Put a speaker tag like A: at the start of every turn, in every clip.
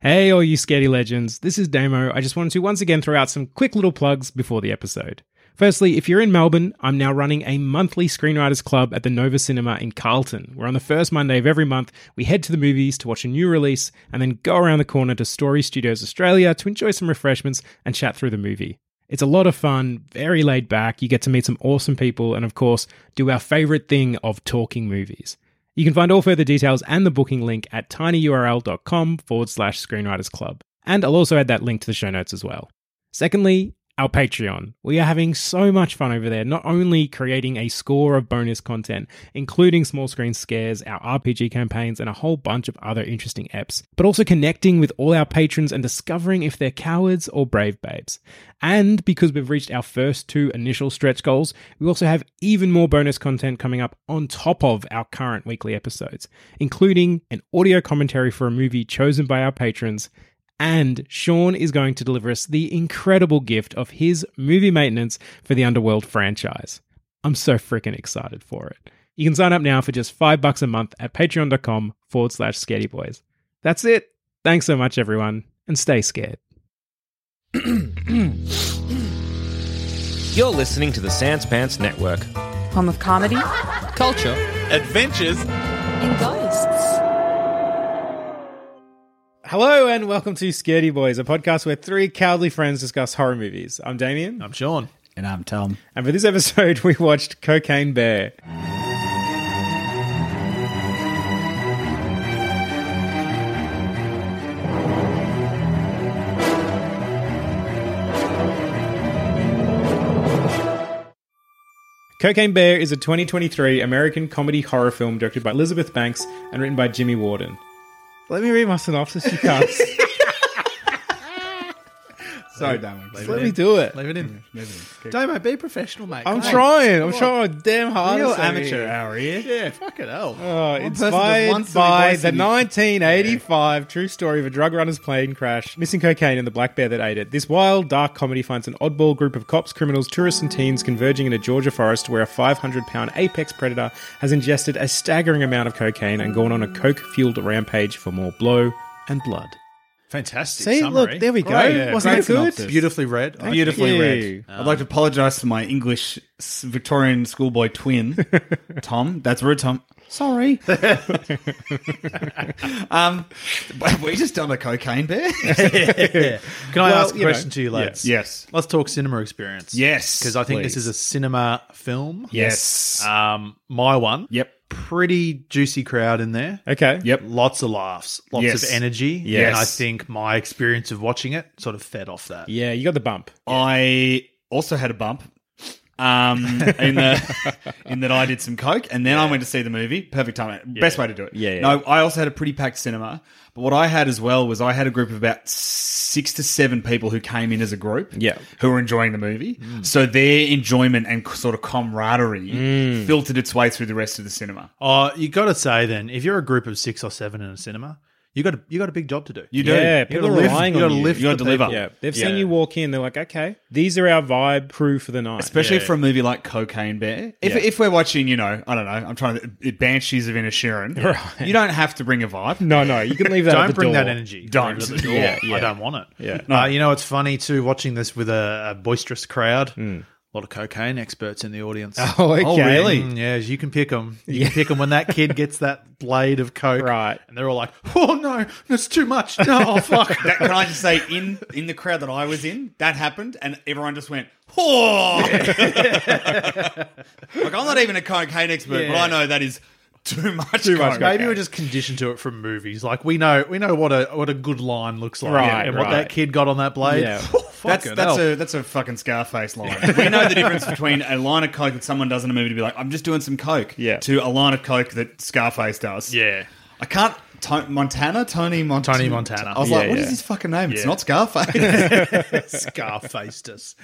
A: Hey, all you scaredy legends, this is Damo. I just wanted to once again throw out some quick little plugs before the episode. Firstly, if you're in Melbourne, I'm now running a monthly Screenwriters Club at the Nova Cinema in Carlton, where on the first Monday of every month, we head to the movies to watch a new release and then go around the corner to Story Studios Australia to enjoy some refreshments and chat through the movie. It's a lot of fun, very laid back. You get to meet some awesome people and, of course, do our favorite thing of talking movies. You can find all further details and the booking link at tinyurl.com forward slash screenwriters club. And I'll also add that link to the show notes as well. Secondly, our Patreon. We are having so much fun over there, not only creating a score of bonus content, including small screen scares, our RPG campaigns, and a whole bunch of other interesting apps, but also connecting with all our patrons and discovering if they're cowards or brave babes. And because we've reached our first two initial stretch goals, we also have even more bonus content coming up on top of our current weekly episodes, including an audio commentary for a movie chosen by our patrons. And Sean is going to deliver us the incredible gift of his movie maintenance for the Underworld franchise. I'm so freaking excited for it. You can sign up now for just five bucks a month at patreon.com forward slash scaredy boys. That's it. Thanks so much, everyone, and stay scared.
B: You're listening to the Sans Pants Network.
C: Home of comedy.
B: Culture. Adventures.
C: And ghosts.
A: Hello and welcome to Scaredy Boys, a podcast where three cowardly friends discuss horror movies. I'm Damien. I'm Sean.
D: And I'm Tom.
A: And for this episode, we watched Cocaine Bear. Cocaine Bear is a 2023 American comedy horror film directed by Elizabeth Banks and written by Jimmy Warden. Let me read my synopsis, you cunts. Sorry, Damo. Just let me do it.
D: Leave it in. Leave it in. Damo, be professional, mate.
A: I'm
D: Come on.
A: trying. I'm
D: Come on.
A: trying damn hard.
D: Real
A: It's over
D: amateur
A: here.
D: hour here. Yeah, uh, fucking hell.
A: Oh,
D: One person does one
A: inspired
D: silly
A: by
D: voice
A: the
D: and you-
A: 1985 true story of a drug runner's plane crash, missing cocaine, and the black bear that ate it. This wild, dark comedy finds an oddball group of cops, criminals, tourists, and teens converging in a Georgia forest where a 500 pound apex predator has ingested a staggering amount of cocaine and gone on a coke fueled rampage for more blow and blood.
D: Fantastic.
A: See,
D: summary.
A: look, there we go.
D: Great.
A: Wasn't that
D: great
A: good?
D: synopsis. Um, Beautifully read. I
A: Beautifully
D: think.
A: read.
D: I'd like to apologise to my English s- Victorian schoolboy twin, Tom. That's rude, Tom. Sorry. um, have we just done a cocaine bear.
E: Can I
A: Well,
E: ask a
A: you know,
E: question to you, lads?
D: yes.
E: Let's talk cinema experience.
D: Yes,
E: Because I think this
D: please.
E: is a cinema film.
D: Yes.
E: Um, my one.
D: Yep.
E: Pretty juicy crowd in there.
A: Okay.
D: Yep.
E: Lots of laughs, lots
D: Yes.
E: of energy.
D: Yes.
E: And I think my experience of watching it sort of fed off that.
A: Yeah, you got the bump.
D: I also had a bump. Um, in the in that I did some coke, and then I went to see the movie. Perfect time, best way to do it.
A: Yeah, yeah.
D: No, I also had a pretty packed cinema, but what I had as well was I had a group of about six to seven people who came in as a group,
A: Yeah. Mm.
D: who were enjoying the movie. So their enjoyment and sort of camaraderie
A: Mm.
D: filtered its way through the rest of the cinema.
E: Uh, you got to say then, if you're a group of six or seven in a cinema, you got a, you got a big job to do.
D: You do,
A: Yeah,
D: You
A: people
D: gotta
A: are
D: lift-
A: relying
D: you
A: on
D: gotta
A: you.
D: lift, you gotta
A: the
D: deliver.
A: people. Yeah, they've
D: Yeah.
A: seen you walk in. They're like, okay, these are our vibe crew for the night.
D: especially
A: Yeah.
D: for a movie like Cocaine Bear. If,
A: Yeah.
D: if we're watching, you know, I don't know, I'm trying to Banshees of Inisherin.
A: Right.
D: You don't have to bring a vibe.
A: no, no, you can leave that. at
E: don't
A: the
E: bring
A: door.
E: that energy.
D: Don't.
E: Bring it to the door.
A: Yeah, yeah.
E: I don't want it.
A: Yeah.
E: Uh, you know, it's funny too watching this with a, a boisterous crowd. lot of cocaine experts in the audience.
A: Hmm. Oh, okay.
E: Oh, really? Mm, yeah, you can pick them. You can pick them when that kid gets that blade of coke.
A: Right.
E: And they're all like, oh, no, that's too much. No, oh, fuck.
D: That, can I just say, in in the crowd that I was in, that happened, and everyone just went, "Whoa!" like I'm not even a cocaine expert, but I know that is too much. Too
A: much
E: Maybe we're just conditioned to it from movies. Like we know, we know what a what a good line looks like,
A: Right,
E: and
A: right.
E: what that kid got on that blade.
A: Yeah.
D: That's,
E: Fucking
D: that's
E: hell.
D: a that's a fucking Scarface line. we know the difference between a line of coke that someone does in a movie to be like, "I'm just doing some coke,"
A: Yeah.
D: to a line of coke that Scarface does.
E: yeah.
D: I can't. To- Montana, Tony Montana,
E: Tony Montana.
D: I was like,
A: Yeah,
D: what is
A: yeah.
D: his fucking name? It's
E: Yeah.
D: not Scarface.
E: Scarfaced us.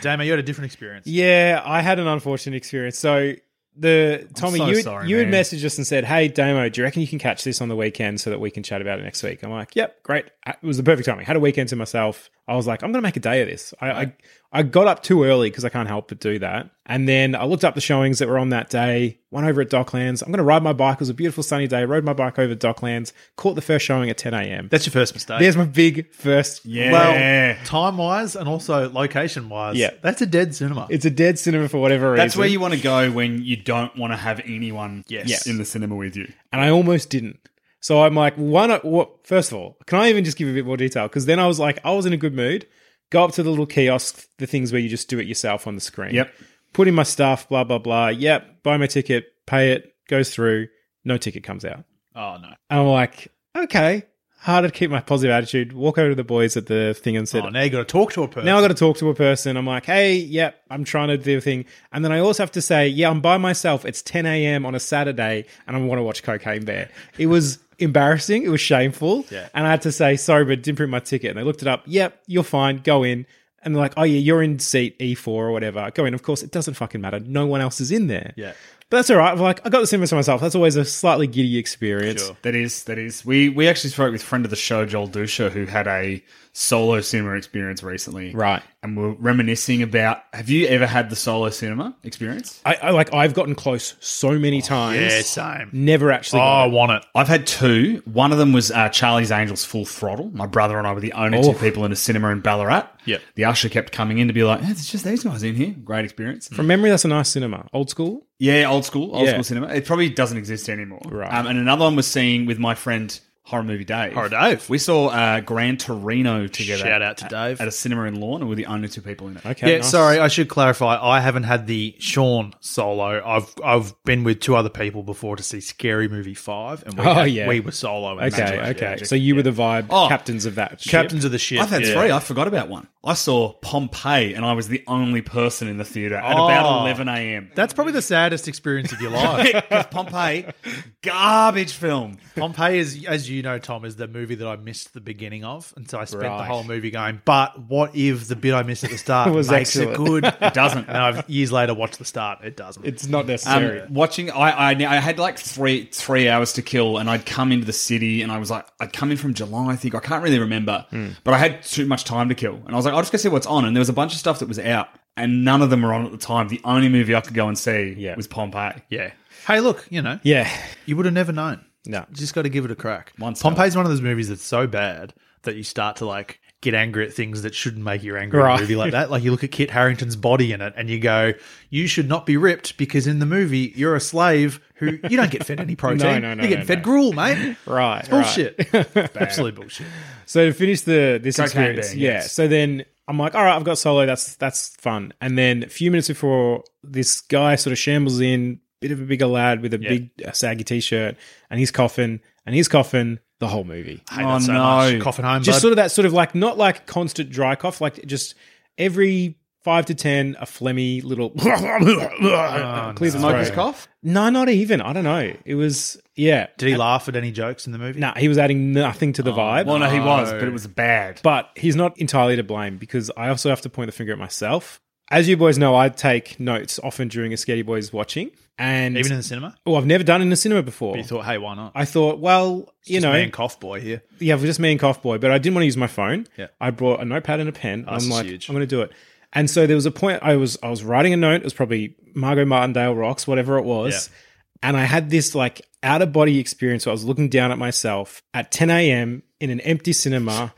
E: Damo, you had a different experience.
A: Yeah, I had an unfortunate experience. So the Tommy,
D: so
A: you had,
D: sorry,
A: you had
D: man.
A: messaged us and said, "Hey, Damo, do you reckon you can catch this on the weekend so that we can chat about it next week?" I'm like, "Yep, great." It was the perfect timing. Had a weekend to myself. I was like, "I'm going to make a day of this." I I, I got up too early because I can't help but do that. And then I looked up the showings that were on that day. Went over at Docklands. I'm going to ride my bike. It was a beautiful sunny day. Rode my bike over to Docklands. Caught the first showing at 10 a.m.
E: That's your first mistake.
A: There's my big first
E: well, time wise and also location wise.
A: Yeah.
E: That's a dead cinema.
A: It's a dead cinema for whatever reason.
D: That's where you want to go when you don't want to have anyone
E: Yes.
D: in the cinema with you.
A: and I almost didn't. So I'm like, why not? What? First of all, can I even just give a bit more detail? Because then I was like, I was in a good mood. Go up to the little kiosk, the things where you just do it yourself on the screen.
D: Yep.
A: Put in my stuff, blah blah blah. Yep. Buy my ticket, pay it, goes through. No ticket comes out.
E: oh no.
A: I'm like, okay. Hard to keep my positive attitude. Walk over to the boys at the thing and said,
E: Oh, now you got to talk to a person.
A: now I got to talk to a person. I'm like, hey, yep, I'm trying to do a thing, and then I also have to say, yeah, I'm by myself. It's 10 a.m. on a Saturday, and I want to watch Cocaine Bear. It was embarrassing. It was shameful.
E: Yeah.
A: And I had to say, sorry, but didn't print my ticket. And they looked it up. Yep, you're fine. Go in. And they're like, oh yeah, you're in seat E4 or whatever. Go in. Of course, it doesn't fucking matter. No one else is in there.
E: Yeah.
A: But that's all right. I'm like, I got the cinema to myself. That's always a slightly giddy experience.
D: That is, that is. We we actually spoke with friend of the show Joel Dusha, who had a solo cinema experience recently,
A: Right.
D: And we're reminiscing about. Have you ever had the solo cinema experience?
A: I, I like I've gotten close so many times.
E: Oh, Yeah, same.
A: Never actually.
E: Oh,
A: got
E: I
A: it.
E: want it.
D: I've had two. One of them was uh, Charlie's Angels Full Throttle. My brother and I were the only two people in a cinema in Ballarat.
E: Yep.
D: The usher kept coming in to be like, "Eh, "It's just these guys in here." Great experience.
A: From memory, that's a nice cinema. Old school.
D: Yeah, old school, old
A: Yeah.
D: school cinema. It probably doesn't exist anymore.
A: Right.
D: Um, and another one was seeing with my friend Horror Movie Dave.
E: Horror Dave.
D: We saw uh, Gran Torino together.
E: Shout out to Dave.
D: at, at a cinema in Lawn, and we're the only two people in it.
A: Okay.
E: yeah,
A: nice. Oh,
E: sorry, I should clarify. I haven't had the Sean solo. I've I've been with two other people before to see Scary Movie Five, and we,
A: Oh,
E: had-
A: yeah.
E: we were solo. And
A: Okay,
E: magic.
A: okay. So you were the vibe
D: Oh.
A: captains of that. ship.
E: Captains of the ship. Oh,
D: I've had
E: yeah.
D: three. I forgot about one. I saw Pompeii, and I was the only person in the theater at about
E: Oh.
D: eleven a.m.
E: That's probably the saddest experience of your life.
D: Because Pompeii, garbage film.
E: Pompeii is, as you know, Tom, is the movie that I missed the beginning of, and so I spent
A: Right.
E: the whole movie going. But what if the bit I missed at the start
A: was
E: makes it
A: excellent.
E: good?
D: It doesn't.
E: and I've years later watched the start. It doesn't.
A: It's not
D: Um,
A: necessary.
D: watching, I, I I had like three three hours to kill, and I'd come into the city, and I was like, I'd come in from Geelong, I think I can't really remember, but I had too much time to kill, and I was like, I'll just go see what's on, and there was a bunch of stuff that was out, and none of them were on at the time. The only movie I could go and see
A: Yeah.
D: was Pompeii.
E: yeah. Hey, look, you know,
A: yeah.
E: you would have never known.
A: No.
E: You just got to give it a crack.
D: Once
E: Pompeii's one of those movies that's so bad that you start to like get angry at things that shouldn't make you angry. In
A: Right.
E: a movie like that, like you look at Kit Harrington's body in it, and you go, "You should not be ripped because in the movie you're a slave who you don't get fed any protein.
A: no, no,
E: you get
A: no,
E: fed
A: no.
E: gruel, mate.
A: Right,
E: It's bullshit. It's absolute bullshit.
A: So to finish the this
D: Cocaine
A: experience,
D: Bear,
A: yeah.
D: yes.
A: So then I'm like, all right, I've got solo. That's that's fun. And then a few minutes before, this guy sort of shambles in, bit of a bigger lad with a big uh, saggy t-shirt, and he's coughing, and he's coughing the whole movie.
E: Hate
D: Oh,
E: that so
D: no.
E: much. Coughing home,
A: just
E: bud.
A: sort of that sort of like not like constant dry cough, like just every five to ten a phlegmy little
E: Oh,
A: clears his
D: Smoker's
A: throat.
D: cough.
A: No, not even. I don't know. It was yeah.
E: Did he laugh at any jokes in the movie?
A: No, he was adding nothing
E: Oh,
A: to the vibe.
D: Well, no, he was, but it was bad.
A: But he's not entirely to blame because I also have to point the finger at myself. As you boys know, I take notes often during a Sketty Boys watching, and
E: Even in the cinema?
A: oh, I've never done it in the cinema before.
E: You thought, hey, why not?
A: I thought, well, you
E: Just
A: know,
E: me and cough boy here.
A: yeah, for just me and Cough Boy, but I didn't want to use my phone.
E: Yeah.
A: I brought a notepad and a pen. I'm
E: that's
A: like,
E: huge.
A: I'm going to do it. And so there was a point I was I was writing a note. It was probably Margot Martindale rocks, whatever it was. And I had this like out of body experience. Where I was looking down at myself at 10 a.m. in an empty cinema,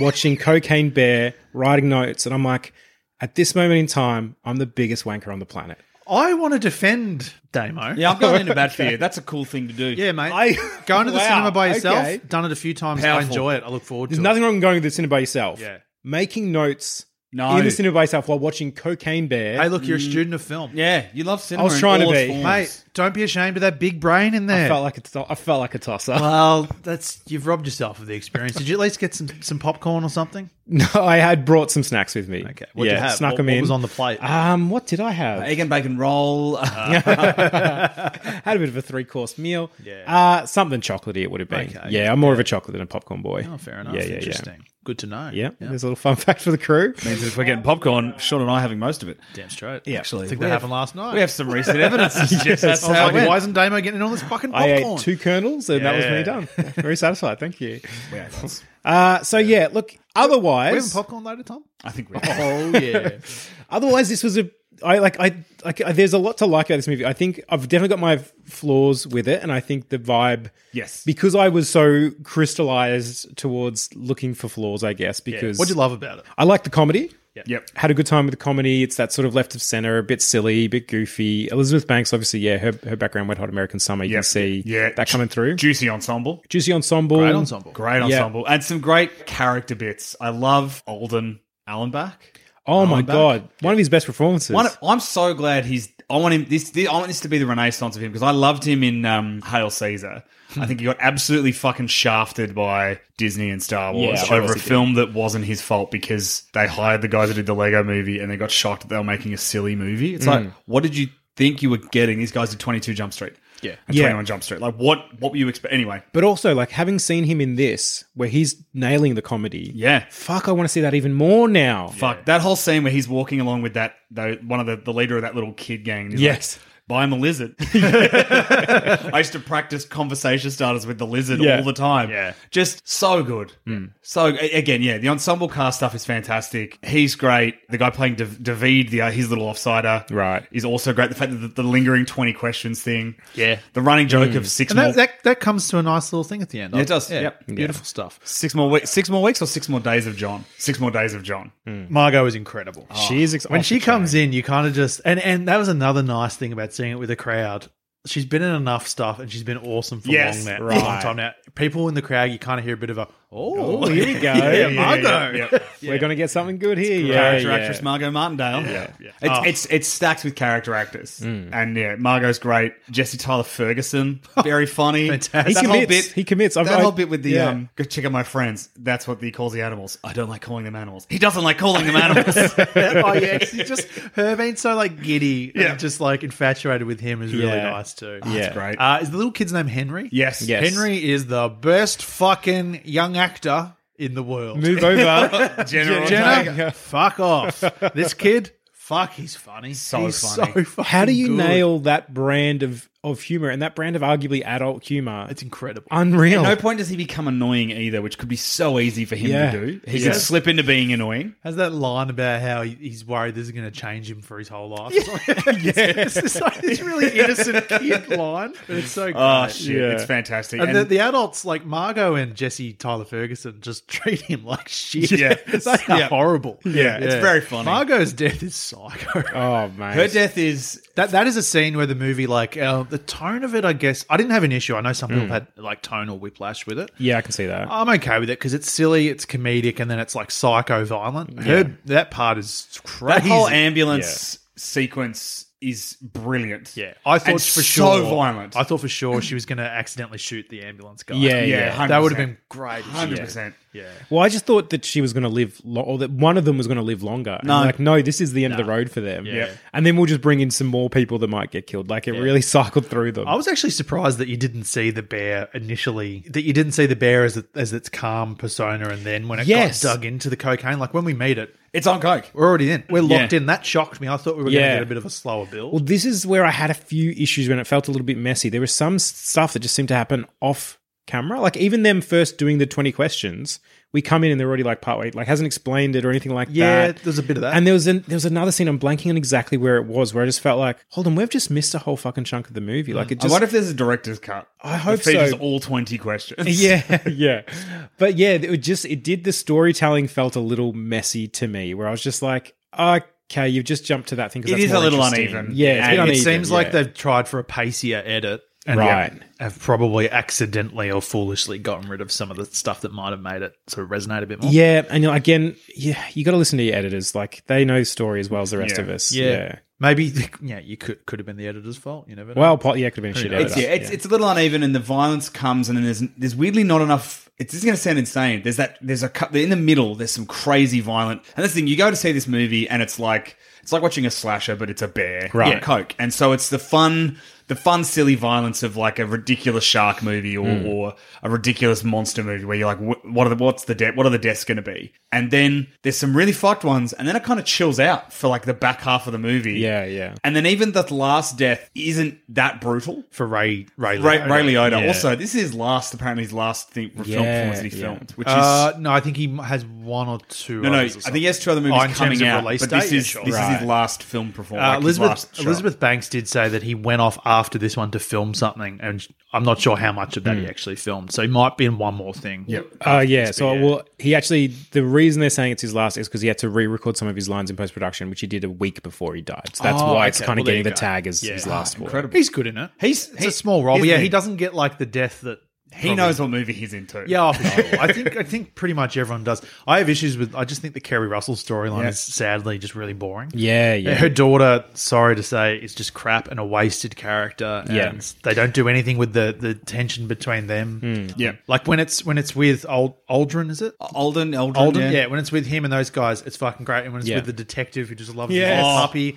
A: watching Cocaine Bear, writing notes, and I'm like, At this moment in time, I'm the biggest wanker on the planet.
E: I want to defend Damo.
D: Yeah, I'm going into bat for you. That's a cool thing to do.
E: Yeah, mate.
A: I-
E: Going to the
A: Wow,
E: cinema by yourself.
A: okay.
E: Done it a few times. I
D: Powerful.
E: enjoy it. I look forward
A: There's
E: to
A: nothing
E: it.
A: wrong with going to the cinema by yourself.
E: Yeah.
A: Making notes
D: No.
A: in the cinema by yourself while watching Cocaine Bear.
E: Hey, look, you're a student of film.
D: Yeah, you love
A: I
D: cinema.
A: was
D: in
A: trying to
D: all its
A: be.
D: forms.
E: Mate, don't be ashamed of that big brain in there.
A: I felt like a to- I felt like a tosser.
E: well, that's you've robbed yourself of the experience. Did you at least get some, some popcorn or something?
A: no, I had brought some snacks with me.
E: Okay, what'd
A: yeah,
E: you have?
A: snuck
E: What-
A: them
E: what
A: in.
E: was on the plate?
A: Um, what did I have?
D: Egg and bacon roll. Uh,
A: had a bit of a three course meal. Yeah. Uh, something chocolatey it would have been.
E: Okay.
A: Yeah, I'm more of a chocolate than a popcorn boy.
E: Oh, fair enough.
A: Yeah, yeah,
E: Interesting. Good to know.
A: yeah. Yeah, there's a little fun fact for the crew.
D: Means if we're getting popcorn, Sean and I are having most of it.
E: Damn straight.
A: Yeah.
E: Actually, I think
D: we
E: that
D: have-
E: happened last night.
D: We have some recent evidence. to suggest that's
E: I was
D: how
E: like,
D: it went.
E: why isn't Damo getting in all this fucking
A: I
E: popcorn?
A: ate two kernels and that was me
E: Yeah.
A: done. Very satisfied. Thank you.
D: Yeah, that's-
A: Uh, so yeah, look,
E: we having
A: otherwise,
E: popcorn later, Tom?
D: I think we
E: Oh, yeah.
A: otherwise this was a I like I like I- there's a lot to like about this movie. I think I've definitely got my f- flaws with it, and I think the vibe,
D: Yes.
A: because I was so crystallized towards looking for flaws. I guess because
E: What'd you love about it?
A: I like the comedy.
D: Yep.
A: Had a good time with the comedy. It's that sort of left of center, a bit silly, a bit goofy. Elizabeth Banks, obviously, yeah, her, her background, Wet Hot American Summer, you
D: Yep.
A: can see
D: Yeah.
A: that coming through.
D: Juicy ensemble.
A: Juicy ensemble.
E: Great ensemble.
D: Great
A: Yeah.
D: ensemble. And some great character bits. I love Alden Allenbach.
A: Oh my
D: Allenbach.
A: god, one of his best performances.
D: One, I'm so glad he's. I want him. This, this. I want this to be the renaissance of him because I loved him in um, Hail Caesar. I think he got absolutely fucking shafted by Disney and Star Wars
A: Yeah, sure
D: over a
A: he did.
D: film that wasn't his fault because they hired the guys that did the Lego Movie and they got shocked that they were making a silly movie. It's
A: Mm.
D: like, what did you think you were getting? These guys did 22 Jump Street. Yeah, and
A: Yeah.
D: 21 Jump Street. Like, what? What were you expect? Anyway,
A: But also, like having seen him in this, where he's nailing the comedy.
D: yeah.
A: Fuck, I want to see that even more now.
D: Fuck that whole scene where he's walking along with that though one of the, the leader of that little kid gang. and he's
A: Yes.
D: like, buy him a lizard. I used to practice conversation starters with the lizard
A: Yeah. Hmm.
D: all the time. Yeah, just so good. So a- again, yeah, the ensemble cast stuff is fantastic. He's great. The guy playing Dav- David, the uh, his little offsider,
A: Right.
D: is also great. The fact that the, the lingering twenty questions thing, yeah, the running joke
A: Hmm.
D: of six
E: And
D: more
E: that, that, that comes to a nice little thing at the end.
D: Yeah, it does. Yep.
E: Beautiful stuff.
D: six more weeks, six more weeks, or six more days of John. Six more days of John.
E: Margot is incredible.
A: She is ex-
E: Oh, when
A: off
E: she
A: the chain.
E: comes in, you kind of just and and that was another nice thing about seeing it with a crowd. She's been in enough stuff and she's been awesome for
D: Yes,
E: long, now,
D: right.
E: long time now. People in the crowd, you kind of hear a bit of a oh,
A: Oh, here we go.
E: yeah, Margot.
D: Yep.
A: We're gonna get something good here. Yeah,
D: character
A: yeah.
D: actress Margot Martindale. Yeah, It's, it's it's stacked with character actors, and yeah, Margot's great. Jesse Tyler Ferguson, very funny.
E: Fantastic.
D: That
A: He
D: whole
A: commits.
D: bit,
A: He commits. I've-
D: that
A: I-
D: whole bit with the
A: yeah.
D: um, go check out my friends. That's what he calls the animals. I don't like calling them animals. He doesn't like calling them animals.
E: oh yeah, she's just her being so like giddy
D: Yeah.
E: and just like infatuated with him is really
A: Yeah.
E: nice too.
A: Yeah. That's
D: great.
E: Uh, is the little kid's name Henry?
D: yes,
A: Yes.
E: Henry is the best fucking young actor in the world.
A: Move over.
D: General
E: Jenna,
D: Ortega.
E: fuck off. This kid, fuck, he's funny.
D: So
E: He's
D: funny.
E: so fucking
A: How do you
E: good.
A: nail that brand of of humor and that brand of arguably adult humor?
E: It's incredible.
A: unreal.
D: At no point does he become annoying either, which could be so easy for him
A: Yeah.
D: to do. He
A: Yeah.
D: could slip into being annoying.
E: Has that line about how he- he's worried this is going to change him for his whole life? it's, it's like this really innocent kid line, but it's so great.
D: Oh shit,
A: Yeah.
D: it's fantastic.
E: and
D: And-
E: the, the adults like Margot and Jesse Tyler Ferguson just treat him like shit.
D: Yeah.
E: they are
D: Yeah.
E: horrible.
D: Yeah, it's very funny.
E: Margot's death is psycho.
A: oh man.
D: her death is
E: That that is a scene where the movie, like uh, the tone of it, I guess I didn't have an issue. I know some people
D: Mm.
E: had like tone or whiplash with it.
A: yeah, I can see that.
E: I'm okay with it because it's silly, it's comedic, and then it's like psycho violent. Her, that part is crazy.
D: That whole ambulance sequence is brilliant.
E: yeah, I thought
D: And
E: for
D: so
E: sure
D: violent.
E: I thought for sure she was going to accidentally shoot the ambulance guy.
A: Yeah,
D: yeah,
A: yeah.
E: that would have been great.
D: hundred percent.
E: Yeah,
A: Well, I just thought that she was going to live, lo- or that one of them was going to live longer. And I'm like, no, this is the end of the road for them.
E: Yeah.
A: And then we'll just bring in some more people that might get killed. Like it really cycled through them.
E: I was actually surprised that you didn't see the bear initially. That you didn't see the bear as as its calm persona, and then when it
A: Yes.
E: got dug into the cocaine, like when we meet it,
D: It's on coke.
E: We're already in. We're locked
D: Yeah.
E: in. That shocked me. I thought we were
A: Yeah.
E: going to get a bit of a slower build.
A: Well, this is where I had a few issues when it felt a little bit messy. There was some s- stuff that just seemed to happen off camera. Like even them first doing the 20 questions, we come in and they're already like partway, like hasn't explained it or anything like
E: Yeah,
A: that.
E: there's a bit of that.
A: And there was an, there was another scene I'm blanking on exactly where it was where I just felt like, "Hold on, we've just missed a whole fucking chunk of the
E: Mm.
A: movie." Like it
D: I
A: just
D: wonder if there's a director's cut.
A: I hope
D: that features
A: so.
D: all twenty questions.
A: yeah, yeah. But yeah, it would just it did the storytelling felt a little messy to me where I was just like, okay, you've just jumped to that thing. 'cause
D: It
A: that's
D: is
A: more
D: a little
A: interesting.
D: uneven.
A: Yeah, it's a
D: And
A: bit
D: it
E: it
A: uneven,
E: seems like
A: yeah.
E: they've tried for a pacier edit and
A: Right.
E: have probably accidentally or foolishly gotten rid of some of the stuff that might have made it sort of resonate a bit more.
A: Yeah, and you know, again, yeah, you got to listen to your editors. Like they know story as well as the rest
D: Yeah.
A: of us.
E: Yeah.
A: Yeah.
E: Maybe yeah, you could could have been the editor's fault. You never know.
A: Well, po- yeah, it could have been a shit
E: knows?
D: It's,
A: editor.
D: yeah, it's, it's a little uneven, and the violence comes, and then there's there's weirdly not enough. It's this is going to sound insane. There's that there's a cut in the middle. There's some crazy violent, and that's the thing. You go to see this movie, and it's like it's like watching a slasher, but it's a bear,
A: Right.
D: Yeah, Coke, and so it's the fun. The fun, silly violence of like a ridiculous shark movie or,
A: Hmm.
D: or a ridiculous monster movie, where you're like, "Wh- what are the what's the de- what are the deaths going to be? And then there's some really fucked ones, and then it kind of chills out for like the back half of the movie.
A: Yeah, yeah.
D: And then even the last death isn't that brutal.
E: for Ray Ray
D: Ray,
E: Liotta.
D: Ray Liotta.
E: Yeah.
D: Also, this is his last, apparently his last thing, film
A: Yeah,
D: performance that he
A: yeah.
D: filmed, which is
E: Uh, no, I think he has one or two.
D: no, no. I
E: others or
D: think he has two other
E: something.
D: movies
E: Oh, in
D: coming
E: terms of
D: out,
E: release
D: but
E: date?
D: this
E: Yeah,
D: is
E: sure.
D: this is
A: Right.
D: his last film performance.
E: Uh,
D: like his last
E: Elizabeth
D: shot.
E: Elizabeth Banks did say that he went off after this one to film something, and I'm not sure how much of that he actually filmed. So he might be in one more thing. Hmm. Yep.
A: Oh yeah, so well, he actually the reason they're saying it's his last is because he had to re-record some of his lines in post production, which he did a week before he died. So that's
E: Oh,
A: why it's
E: okay.
A: kind
E: Well,
A: of
E: there
A: getting
E: you
A: the
E: go.
A: tag as
E: Yeah.
A: his
E: Ah,
A: last one.
D: Incredible.
E: He's good in it. He's it's a small role, but
D: he's
E: yeah.
D: the-
E: He doesn't get like the death that
D: He knows what movie he's into.
E: Yeah, oh, for sure. I think I think pretty much everyone does. I have issues with. I just think the Kerry Russell storyline
D: Yeah.
E: is sadly just really boring.
A: Yeah, yeah.
E: Her daughter, sorry to say, is just crap and a wasted character. And
A: Yeah.
E: they don't do anything with the the tension between them.
A: Hmm.
D: Yeah.
E: like when it's when it's with Old Aldrin, is it?
D: Alden, Alden,
E: Alden,
D: yeah.
E: yeah. when it's with him and those guys, it's fucking great. And when it's
A: Yeah.
E: with the detective who just loves
D: Yes.
E: his puppy,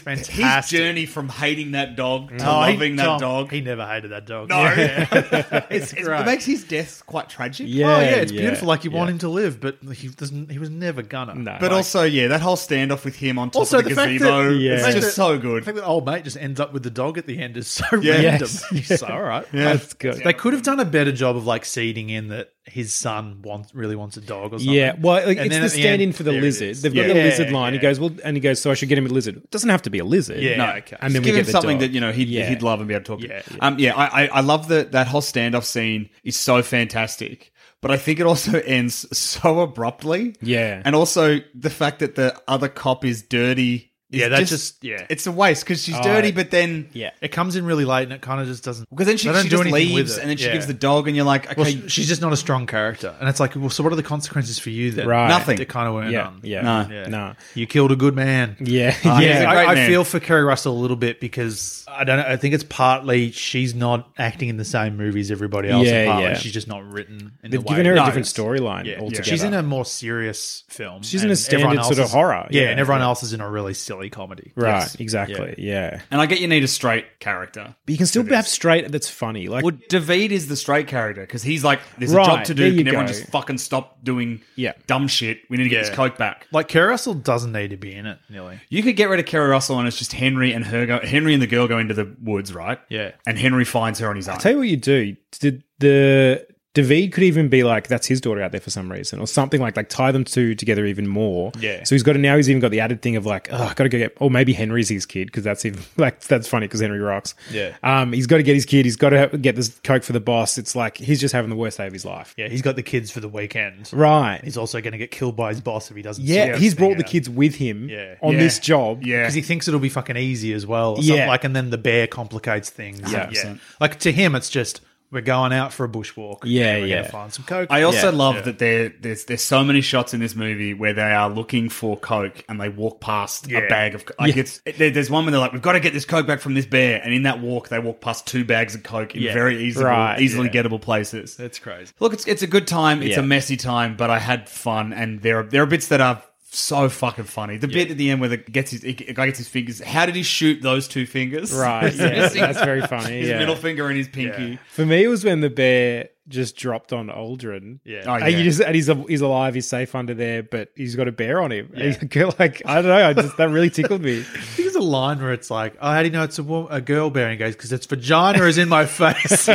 D: His
E: fantastic.
D: journey from hating that dog to
E: Oh, he-
D: loving that
E: Tom,
D: dog.
E: He never hated that dog.
D: no,
E: Yeah.
D: it's, it's,
E: great.
D: it makes his death quite tragic.
A: Yeah,
E: oh yeah, it's
A: yeah,
E: beautiful. Like you want
A: yeah.
E: him to live, but he doesn't. He was never gonna.
A: No.
D: But
A: Like-
D: also, yeah, that whole standoff with him on top
E: Also,
D: of the,
E: the fact that-
D: gazebo,
A: Yeah.
D: it's
A: the fact
D: just
E: that-
D: so
E: I
D: good.
E: think that old mate just ends up with the dog at the end is so random.
A: Yes.
E: It's all right.
A: That's good.
E: They could have done a better job of like seeding in that his son wants really wants a dog or something.
A: Yeah, well, like,
E: And
A: it's
E: then
A: the
E: at the
A: stand-in
E: end,
A: for the
E: there it
A: lizard.
E: is.
A: They've got
E: Yeah.
A: the lizard line.
E: Yeah.
A: He goes, well, and he goes, so I should get him a lizard. It doesn't have to be a lizard.
E: Yeah. No,
D: okay.
A: And then we
D: Just give
A: get
D: him
A: the
D: something
A: dog.
D: that you know he'd,
A: Yeah.
D: he'd love and be able to talk.
E: Yeah,
D: to. Um, yeah, I, I, I love that that whole standoff scene is so fantastic, but I think it also ends so abruptly.
A: Yeah.
D: and also the fact that the other cop is dirty. is
E: Yeah, that's just- yeah.
D: it's a waste because she's dirty, but then
A: Yeah.
E: It comes in really late and it kind of just doesn't.
D: because then she,
E: they don't
D: she
E: do
D: just
E: anything with
D: leaves
E: it.
D: and then she
E: Yeah.
D: gives the dog, and you're like, okay,
E: Well, sh- she's just not a strong character, and it's like, well, so what are the consequences for you then?
A: Right.
D: Nothing.
E: That kind of went
A: Yeah,
E: on.
A: yeah,
D: No.
E: Yeah.
A: no.
E: You killed a good man.
A: yeah,
D: Ah,
A: yeah.
D: he's a great
E: I, I
D: man.
E: feel for Kerry Russell a little bit because I don't know. I think it's partly she's not acting in the same movies everybody else.
A: Yeah,
E: and partly
A: yeah.
E: she's just not written. In
A: They've
E: the
A: given
E: way
A: her a
E: that-
A: different storyline altogether.
E: She's in a more serious film.
A: She's in a
E: and everyone
A: standard
E: else
A: sort of
E: is-
A: horror.
E: Yeah,
A: Yeah,
E: and everyone
A: yeah.
E: else is in a really silly comedy.
A: right,
E: Yes.
A: exactly. Yeah.
D: and I get you need a straight character.
A: but you can still have straight. That's funny. Like,
D: Well, David is the straight character because he's like, there's a
A: Right,
D: job to
A: there
D: do.
A: you
D: Can everyone
A: go.
D: just fucking stop doing
A: Yeah.
D: dumb shit? We need to get
E: Yeah.
D: this coke back.
E: Like Kerry Russell doesn't need to be in it nearly.
D: You could get rid of Kerry Russell and it's just Henry and her go Henry and the girl go into the woods, right?
E: Yeah.
D: And Henry finds her on his own.
A: I'll tell you what you do. Did the David could even be like, that's his daughter out there for some reason, or something like like tie them two together even more.
E: Yeah.
A: So he's got now he's even got the added thing of like, oh, I gotta go get, or maybe Henry's his kid because that's even like that's funny because Henry rocks.
E: Yeah.
A: Um, he's got to get his kid. He's got to get this coke for the boss. It's like he's just having the worst day of his life.
E: Yeah, he's got the kids for the weekend.
A: Right.
E: He's also going to get killed by his boss if he doesn't.
A: yeah.
E: sort
A: He's
E: this thing
A: brought the
E: out.
A: kids with him
E: Yeah.
A: on
D: Yeah.
A: this job.
D: Yeah.
E: because he thinks it'll be fucking easy as well.
A: Yeah.
E: Yeah, like and then the bear complicates things. Yeah,
D: 100%.
E: like to him, it's just we're going out for a bushwalk.
A: Yeah,
E: and we're
A: yeah.
E: Gonna find some coke.
D: I also
E: Yeah.
D: love
E: Yeah.
D: that there there's there's so many shots in this movie where they are looking for coke and they walk past a
E: Yeah.
D: bag of like
A: Yeah.
D: it's there, there's one where they're like we've got to get this coke back from this bear and in that walk they walk past two bags of coke in
E: Yeah.
D: very easily
A: Right,
D: easily
A: yeah.
D: gettable places.
E: That's crazy.
D: Look, it's it's a good time. It's
A: Yeah.
D: a messy time, but I had fun, and there are there are bits that are so fucking funny. The bit at the end where the gets his the guy gets his fingers. How did he shoot those two fingers?
A: Right.
D: He's
A: Yeah.
D: missing
A: that's very funny.
D: His
A: yeah.
D: middle finger and his pinky.
A: For me, it was when the bear just dropped on Aldrin.
E: Yeah.
D: Oh,
A: And,
D: yeah.
A: you just, and he's, he's alive, he's safe under there, but he's got a bear on him. And you go like, I don't know, I just, that really tickled me.
E: I think there's a line where it's like, "Oh, how do you know it's a, wo- a girl bear?" And he goes, "Because its vagina is in my face."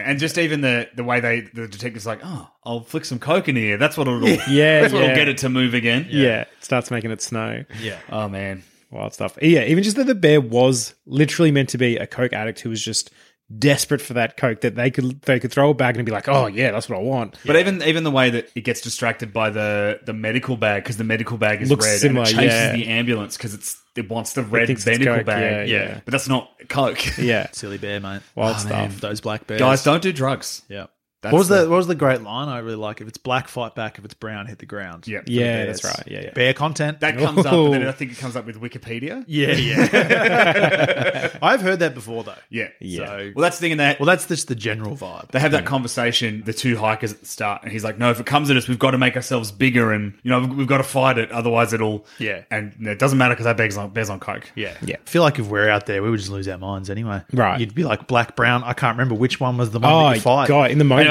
D: And just even the the way they the detective's like, oh, I'll flick some coke in here. That's what'll
A: Yeah,
D: that's what'll
A: yeah.
D: get it to move again.
A: Yeah. it starts making it snow.
E: yeah.
D: Oh man.
A: Wild stuff. Yeah, even just that the bear was literally meant to be a coke addict who was just desperate for that coke that they could they could throw a bag and be like, oh yeah, that's what I want.
D: But even even the way that it gets distracted by the the medical bag because the medical bag is
A: Looks
D: red
A: similar,
D: and it chases
A: yeah.
D: the ambulance because it's it wants the red
A: thinks it's
D: medical
A: Coke,
D: bag.
A: yeah,
D: Yeah,
A: yeah.
D: but that's not coke.
A: Yeah,
E: Silly bear, mate.
A: Wild
E: Oh,
A: stuff.
E: man, Those black bears.
D: Guys, don't do drugs.
E: Yeah.
D: That's
E: what was the, what was the great line I really like? If it's black, fight back. If it's brown, hit the ground.
D: Yeah,
A: yeah, that's right. Yeah, yeah.
E: Bear content.
D: That comes up, and then
A: Oh.
D: I think it comes up with Wikipedia.
E: yeah, yeah. I've heard that before though.
D: Yeah,
A: Yeah.
D: So, well, that's the thing in that.
E: Well, that's just the general vibe.
D: they have that conversation, the two hikers at the start, and he's like, "No, if it comes at us, we've got to make ourselves bigger, and you know, we've, we've got to fight it, otherwise it'll."
E: Yeah.
D: and you know, it doesn't matter because that bear's on bear's on coke.
E: yeah,
A: Yeah.
E: I feel like if we're out there, we would just lose our minds anyway.
A: Right.
E: You'd be like black, brown. I can't remember which one was the one that
A: Oh
E: you fight.
A: god, in the moment.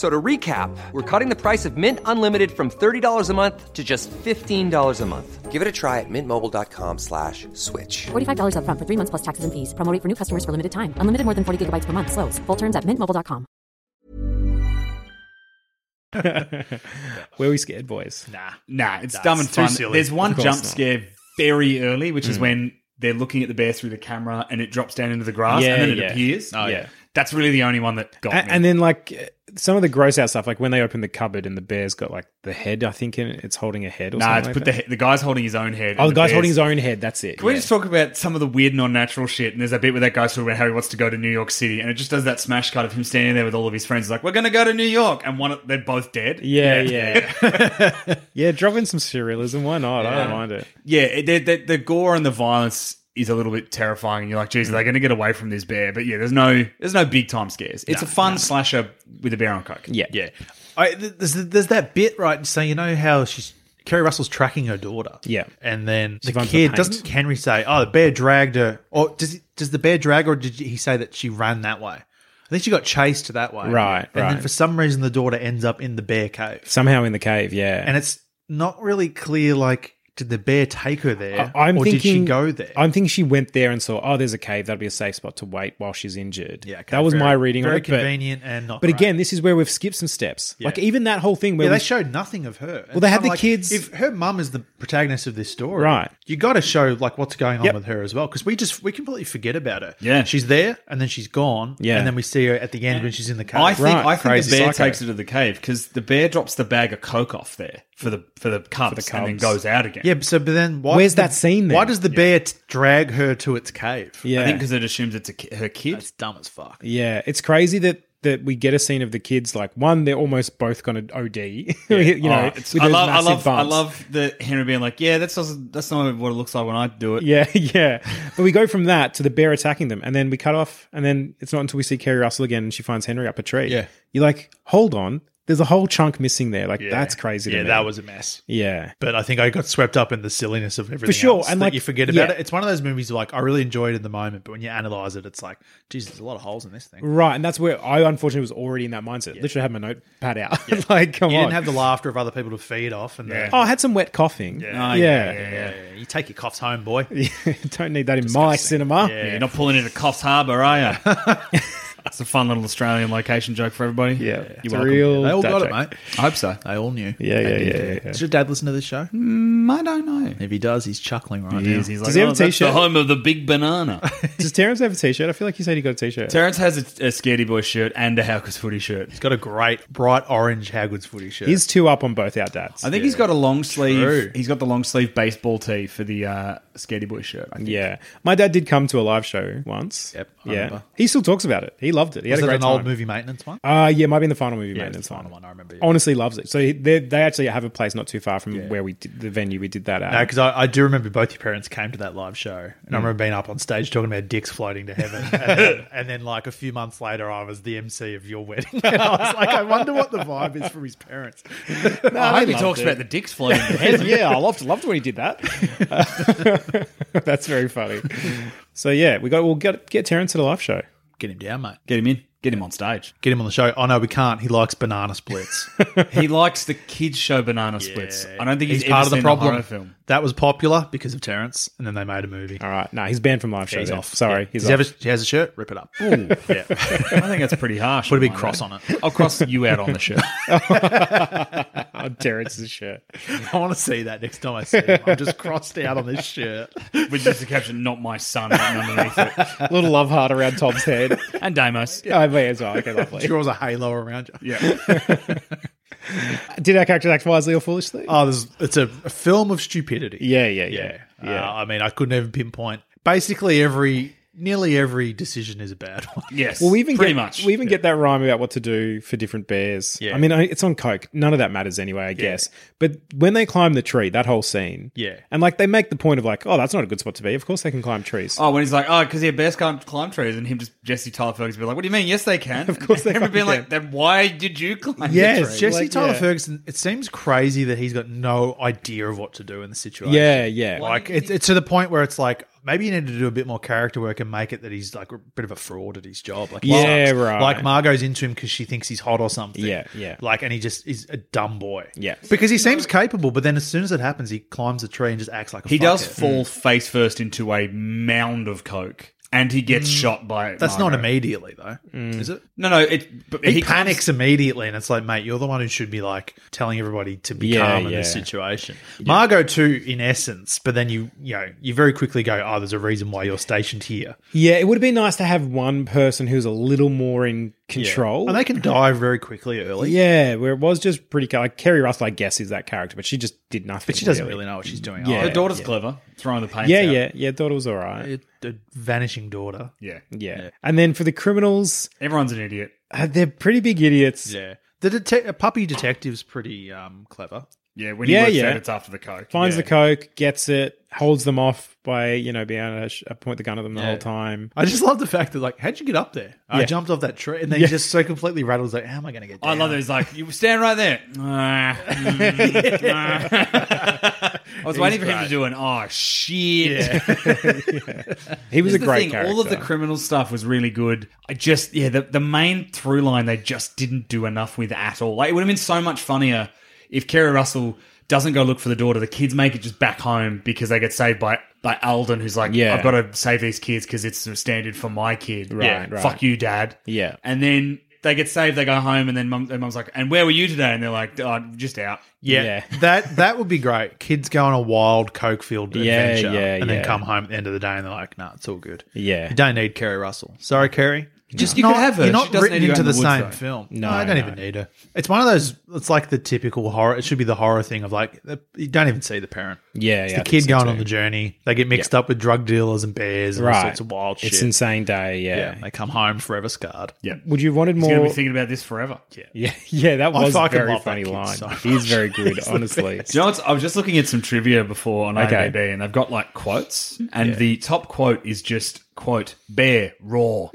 F: So to recap, we're cutting the price of Mint Unlimited from $30 a month to just $15 a month. Give it a try at mintmobile.com slash switch.
G: $45 upfront for three months plus taxes and fees. Promo rate for new customers for limited time. Unlimited more than 40 gigabytes per month. Slows. Full terms at mintmobile.com.
A: Were we scared, boys?
D: Nah, nah, it's
E: Nah,
D: dumb
E: it's
D: and
E: too
D: fun.
E: silly.
D: There's one
A: Of course
D: jump
A: not. Hmm.
D: scare very early, which is when they're looking at the bear through the camera and it drops down into the grass
A: Yeah,
D: and then it
A: yeah.
D: appears.
A: Oh, yeah.
D: that's really the only one that got
A: A-
D: me.
A: and then like uh, some of the gross out stuff, like when they open the cupboard and the bear's got like the head, I think in it, it's holding a head or
D: nah, it's
A: something.
D: put the
A: like
D: he- the guy's holding his own head.
A: that. oh,
D: and
A: the guy's
D: bear's-
A: holding his own head. That's it.
D: Can we
A: yeah.
D: just talk about some of the weird non-natural shit? And there's a bit where that guy's talking about how he wants to go to New York City, and it just does that smash cut of him standing there with all of his friends, like "We're going to go to New York," and one of- they're both dead.
A: Yeah, yeah, yeah. drop in some surrealism. Why not? I don't mind it.
D: Yeah, it- the, the, the gore and the violence is a little bit terrifying. And you're like, geez, are they
A: Mm.
D: going to get away from this bear? But yeah, there's no there's no big time scares. It's a fun slasher with a bear on coke.
A: Yeah.
E: Yeah. I, th- there's, there's that bit, right? So, you know how she's. Kerry Russell's tracking her daughter.
A: Yeah.
E: And then the
A: runs the
E: kid,
A: paint.
E: doesn't Henry say, oh, the bear dragged her? Or does he, does the bear drag her, or did he say that she ran that way? I think she got chased that way.
A: Right,
E: And
A: right.
E: then for some reason, the daughter ends up in the bear cave.
A: Somehow in the cave. Yeah.
E: And it's not really clear, like, did the bear take her there?
A: I- I'm
E: or
A: thinking
E: did she go there?
A: I'm thinking she went there and saw, oh, there's a cave. That'd be a safe spot to wait while she's injured.
E: Yeah, okay,
A: that was
E: very-
A: my reading on
E: very
A: it. but-
E: convenient and not
A: But
E: great.
A: again, this is where we've skipped some steps. Like even that whole thing where
E: yeah,
A: we
E: they showed nothing of her.
A: Well, they had
E: Kinda
A: the kids-
E: If her mum is the protagonist of this story,
A: Right.
E: You got to show like what's going on
A: Yep.
E: with her as well, because we just we completely forget about her.
D: Yeah.
E: she's there and then she's gone.
A: Yeah.
E: and then we see her at the end when she's in the car.
D: I think
A: Right,
D: I think
A: crazy
D: the bear
A: psycho.
D: takes her to the cave because the bear drops the bag of coke off there for the for the cubs, and then
A: cubs.
D: goes out again.
E: yeah. but So, but then why
A: Where's
E: the-
A: that scene then?
E: Why does the bear t- drag her to its cave?
A: yeah,
D: I think because it assumes it's a, ki- her kid.
E: That's dumb as fuck.
A: yeah, it's crazy that that we get a scene of the kids. Like one, they're almost both going to OD. you know,
D: Oh, it's-
A: with
D: I
A: those
D: love I
A: massive
D: love I
A: bumps.
D: love the Henry being like, yeah, that's not, that's not what it looks like when I do it.
A: Yeah, yeah. But we go from that to the bear attacking them, and then we cut off, and then it's not until we see Carrie Russell again and she finds Henry up a tree.
E: Yeah.
A: you're like, hold on, there's a whole chunk missing there. Like that's crazy. To
E: Yeah,
A: me.
E: that was a mess.
A: Yeah,
E: But I think I got swept up in the silliness of everything.
A: sure,
E: else
A: and,
E: that
A: like,
E: you forget about
A: yeah.
E: it. It's one of those movies like I really enjoyed it in the moment, but when you analyze it, it's like, geez, there's a lot of holes in this thing.
A: right. And that's where I unfortunately was already in that mindset. Literally had my notepad out. like, come
E: You
A: on.
E: didn't have the laughter of other people to feed off, and the,
A: oh, I had some wet coughing.
D: Oh,
A: yeah.
E: yeah, yeah, you take your coughs home, boy.
A: Don't need that in my cinema.
D: You're not pulling into Coffs Harbour, are you? It's a fun little Australian location joke for everybody.
H: Yeah, it's a
D: welcome.
H: real.
E: They all
H: dad
E: got it,
H: joke.
E: mate.
D: I hope so.
E: They all knew.
H: Yeah, yeah,
E: They did.
H: yeah, yeah, yeah.
E: Does your dad listen to this show? Hmm,
D: Mm, I don't know.
E: If he does, he's chuckling right
D: He
E: now.
D: is. He's like,
H: he have
D: "Oh,
H: a
D: that's the
H: t-shirt?"
D: home of the big banana.
H: Does Terrence have a T-shirt? I feel like you said he got a T-shirt.
D: Terrence has a, a Scaredy Boy shirt and a Howkers footy shirt.
E: He's got a great bright orange Hagrid's footy shirt.
A: He's two up on both our dads.
D: I think he's got a long sleeve.
E: True.
D: He's got the long sleeve baseball tee for the uh, Scaredy Boy shirt. I think.
A: Yeah, my dad did come to a live show once.
E: Yep, I
A: yeah,
E: remember.
A: he still talks about it. He loved it. He
E: Was
A: had a
E: that
A: great
E: an old
A: time.
E: movie maintenance one?
A: Uh, yeah, might be in the final movie. Yeah,
E: it's the final one, I remember, yeah.
A: Honestly, loves it. So he, they, they actually have a place not too far from where we did the venue we did that at.
E: No, because Uh, I, I do remember both your parents came to that live show, and
D: Mm.
E: I remember being up on stage talking about dicks floating to heaven, and then, and then like a few months later, I was the MC of your wedding. And I was like, I wonder what the vibe is from his parents.
D: I hope he talks about the dicks floating in the head.
A: yeah, I loved loved when he did that. that's very funny. So yeah, we got we'll get get Terrence at a live show.
E: Get him down, mate.
D: Get him in. Get him on stage.
E: Get him on the show. Oh no, we can't. He likes banana splits.
D: He likes the kids show Banana Splits. I don't think he's, ever
E: part of the
D: seen
E: problem.
D: A horror film. Oh,
E: That was popular because of Terrence, and then they made a movie.
A: All right, no, he's banned from live show.
E: he's
A: then.
E: off.
A: Sorry,
E: Does
A: he's
E: he,
A: off.
E: have a, he has a shirt. Rip it up.
D: Yeah, I think that's pretty harsh.
E: Put a
D: on
E: big
D: my
E: cross
D: end.
E: on it.
D: I'll cross you out on the shirt.
A: on Terrence's shirt.
E: I want to see that next time I see him. I'm just crossed out on this shirt.
D: With just the caption, not my son, written underneath it.
A: Little love heart around Tom's head.
D: And Damos.
A: I may as well. Okay, lovely.
E: Draws a halo around you.
D: Yeah.
A: Did our characters act wisely or foolishly?
E: Oh, there's, it's a, a film of stupidity.
A: yeah, yeah,
E: Yeah.
A: yeah,
E: Uh,
A: yeah.
E: I mean, I couldn't even pinpoint. Basically, every nearly every decision is a bad one.
D: Yes.
A: Well, we even
D: pretty
A: get,
D: much.
A: we even get that rhyme about what to do for different bears.
E: Yeah.
A: I mean, I- it's on coke. None of that matters anyway, I guess. But when they climb the tree, that whole scene,
E: Yeah.
A: and like they make the point of like, oh, that's not a good spot to be. Of course they can climb trees.
D: Oh, when he's like, oh, because yeah, bears can't climb trees, and him just Jesse Tyler Ferguson be like, what do you mean? Yes, they can. Of
A: course they
D: and everyone being
A: fucking
D: like, then why did you climb?
A: Yes,
D: the tree?
E: Jesse
A: Like,
E: Tyler
A: yeah.
E: Ferguson. It seems crazy that he's got no idea of what to do in the situation.
A: yeah, yeah.
E: like it's, it's to the point where it's like maybe you need to do a bit more character work and make it that he's like a bit of a fraud at his job. Like he
A: Yeah,
E: sucks.
A: right.
E: Like Margot's into him because she thinks he's hot or something.
A: Yeah, yeah.
E: Like, and he just is a dumb boy.
A: Yeah.
E: because he seems capable, but then as soon as it happens, he climbs a tree and just acts like a
D: He does
E: fuckhead.
D: fall face first into a mound of coke, and he gets
A: Mm.
D: shot by.
E: That's not
D: Margo.
E: immediately though, is it?
D: No, no, it. But
E: He,
D: he comes-
E: panics immediately, and it's like, mate, you're the one who should be like telling everybody to be
A: Yeah,
E: calm in
A: yeah.
E: this situation. Margot, too, in essence, but then you, you know, you very quickly go, oh, there's a reason why you're stationed here.
A: yeah, it would have been nice to have one person who's a little more in control.
E: and they can die very quickly early.
A: yeah, where it was just pretty ca- like Kerry Russell, I guess, is that character, but she just did nothing.
E: but she doesn't really know what she's doing.
A: Yeah.
D: Her daughter's clever, throwing the paint.
A: Yeah,
D: out.
A: yeah, yeah. Thought it was all right.
E: a, a vanishing daughter.
D: yeah,
A: yeah. and then for the criminals,
D: Everyone's an idiot.
A: uh, they're pretty big idiots.
E: Yeah, the detec- a puppy detective's pretty um, clever.
D: Yeah, when he
A: Yeah,
D: works
A: yeah.
D: out, it's after the coke.
A: finds
D: yeah.
A: the coke, gets it, holds them off by you know being able to sh- point the gun at them the whole time.
E: I just love the fact that like, how'd you get up there? I
A: Yeah.
E: jumped off that tree, and then
A: Yeah.
E: he just so completely rattles like, how am I going to get?
D: I
E: down?
D: love that he's like, you stand right there. Nah, mm, nah. I was waiting for him to do an oh shit.
A: He was a
D: This is the
A: great
D: thing,
A: character.
D: All of the criminal stuff was really good. I just yeah, the, the main through line they just didn't do enough with at all. Like it would have been so much funnier if Kerry Russell doesn't go look for the daughter. The kids make it just back home because they get saved by by Alden, who's like,
A: Yeah.
D: I've got to save these kids because it's the standard for my kid.
A: Right,
D: yeah,
A: right.
D: fuck you, dad.
A: Yeah.
D: and then. They get saved. They go home, and then mum, their mum's like, "And where were you today?" And they're like, oh, "Just out."
E: Yeah,
A: Yeah.
E: that that would be great. Kids go on a wild coke field
A: Yeah,
E: adventure,
A: yeah,
E: and
A: yeah.
E: then come home at the end of the day, and they're like, "Nah, it's all good."
A: Yeah.
E: you don't need Kerry Russell. Sorry, Kerry.
D: Just- you could have her.
E: You're
D: She
E: not
D: doesn't
E: written
D: need to go
E: into the,
D: in the
E: same
D: woods, though.
E: film.
A: No,
E: I don't
A: no.
E: even need her. It's one of those. It's like the typical horror. It should be the horror thing of like the- you don't even see the parent.
A: yeah,
E: It's
A: yeah, I
E: the
A: think
E: kid
A: so
E: going
A: too.
E: on the journey. They get mixed up with drug dealers and bears and all
A: right.
E: sorts of wild shit.
A: It's insane day. Yeah.
E: Yeah, they come home forever scarred.
D: Yeah,
A: Would you have wanted
D: he's
A: more?
D: gonna be thinking about this forever. Yeah.
A: yeah, yeah, that
E: I
A: was a
E: fucking
A: very
E: love that
A: funny
E: kid
A: line.
E: so
A: He's
E: much.
A: very good,
E: He's the
A: honestly.
D: Do you know what's, I was just looking at some trivia before on
A: Okay.
D: IMDb, and they've got like quotes, and the top quote is just quote bear roar.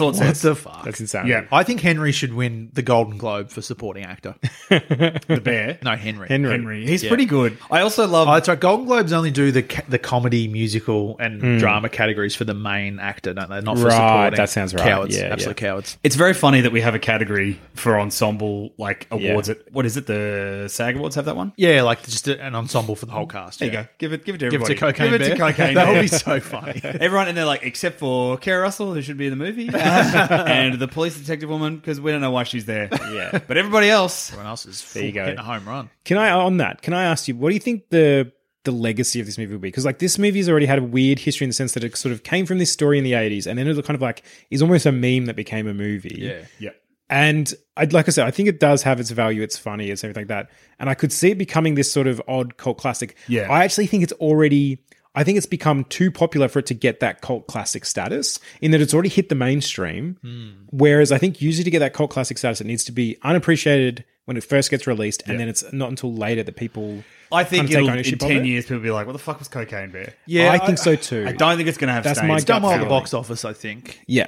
D: all it
E: What
D: says.
E: the fuck?
A: That's insane.
D: Yeah.
E: I think Henry should win the Golden Globe for supporting actor.
D: The bear.
E: No, Henry.
A: Henry.
D: Henry. He's pretty good. I also love.
E: Oh, that's right. Golden Globes only do the ca- the comedy, musical, and drama categories for the main actor, don't they? Not for
A: Hmm. Right,
E: supporting.
A: that sounds right.
E: Cowards,
A: Yeah,
E: absolute cowards.
D: it's very funny that we have a category for ensemble like awards.
A: Yeah.
D: At what is it? The SAG Awards have that one.
E: Yeah, like just a- an ensemble for the whole cast.
D: There you
E: yeah.
D: go. Give it. Give it to
E: Give it
D: everybody.
E: to cocaine.
D: Give it to
E: Bear.
D: cocaine.
E: That would
D: Bear.
E: be so funny.
D: Everyone in there like except for Kara Russell, who should be in the movie, and the police detective woman, because we don't know why she's there.
H: Yeah.
D: But everybody else,
E: Everyone else is
H: There you
E: full-
H: go.
E: hitting a home run.
A: Can I on that? Can I ask you what do you think the the legacy of this movie will be? Because like this movie's already had a weird history in the sense that it sort of came from this story in the eighties, and then it kind of like is almost a meme that became a movie.
D: yeah.
A: And I'd like I said, I think it does have its value. It's funny. It's everything like that. And I could see it becoming this sort of odd cult classic.
D: Yeah.
A: I actually think it's already. I think it's become too popular for it to get that cult classic status in that it's already hit the mainstream.
D: Hmm.
A: Whereas I think usually to get that cult classic status, it needs to be unappreciated when it first gets released, and then it's not until later that people.
D: I
A: kind
D: think
A: of take
D: it'll, in
A: ownership of
D: ten
A: it.
D: years people will be like, "What the fuck was Cocaine Bear?"
A: Yeah, I think so too.
D: I don't think it's going to have.
A: That's
D: stains.
A: my
D: It's
A: gut
E: Done well at the
A: feeling.
E: box office, I think.
A: Yeah.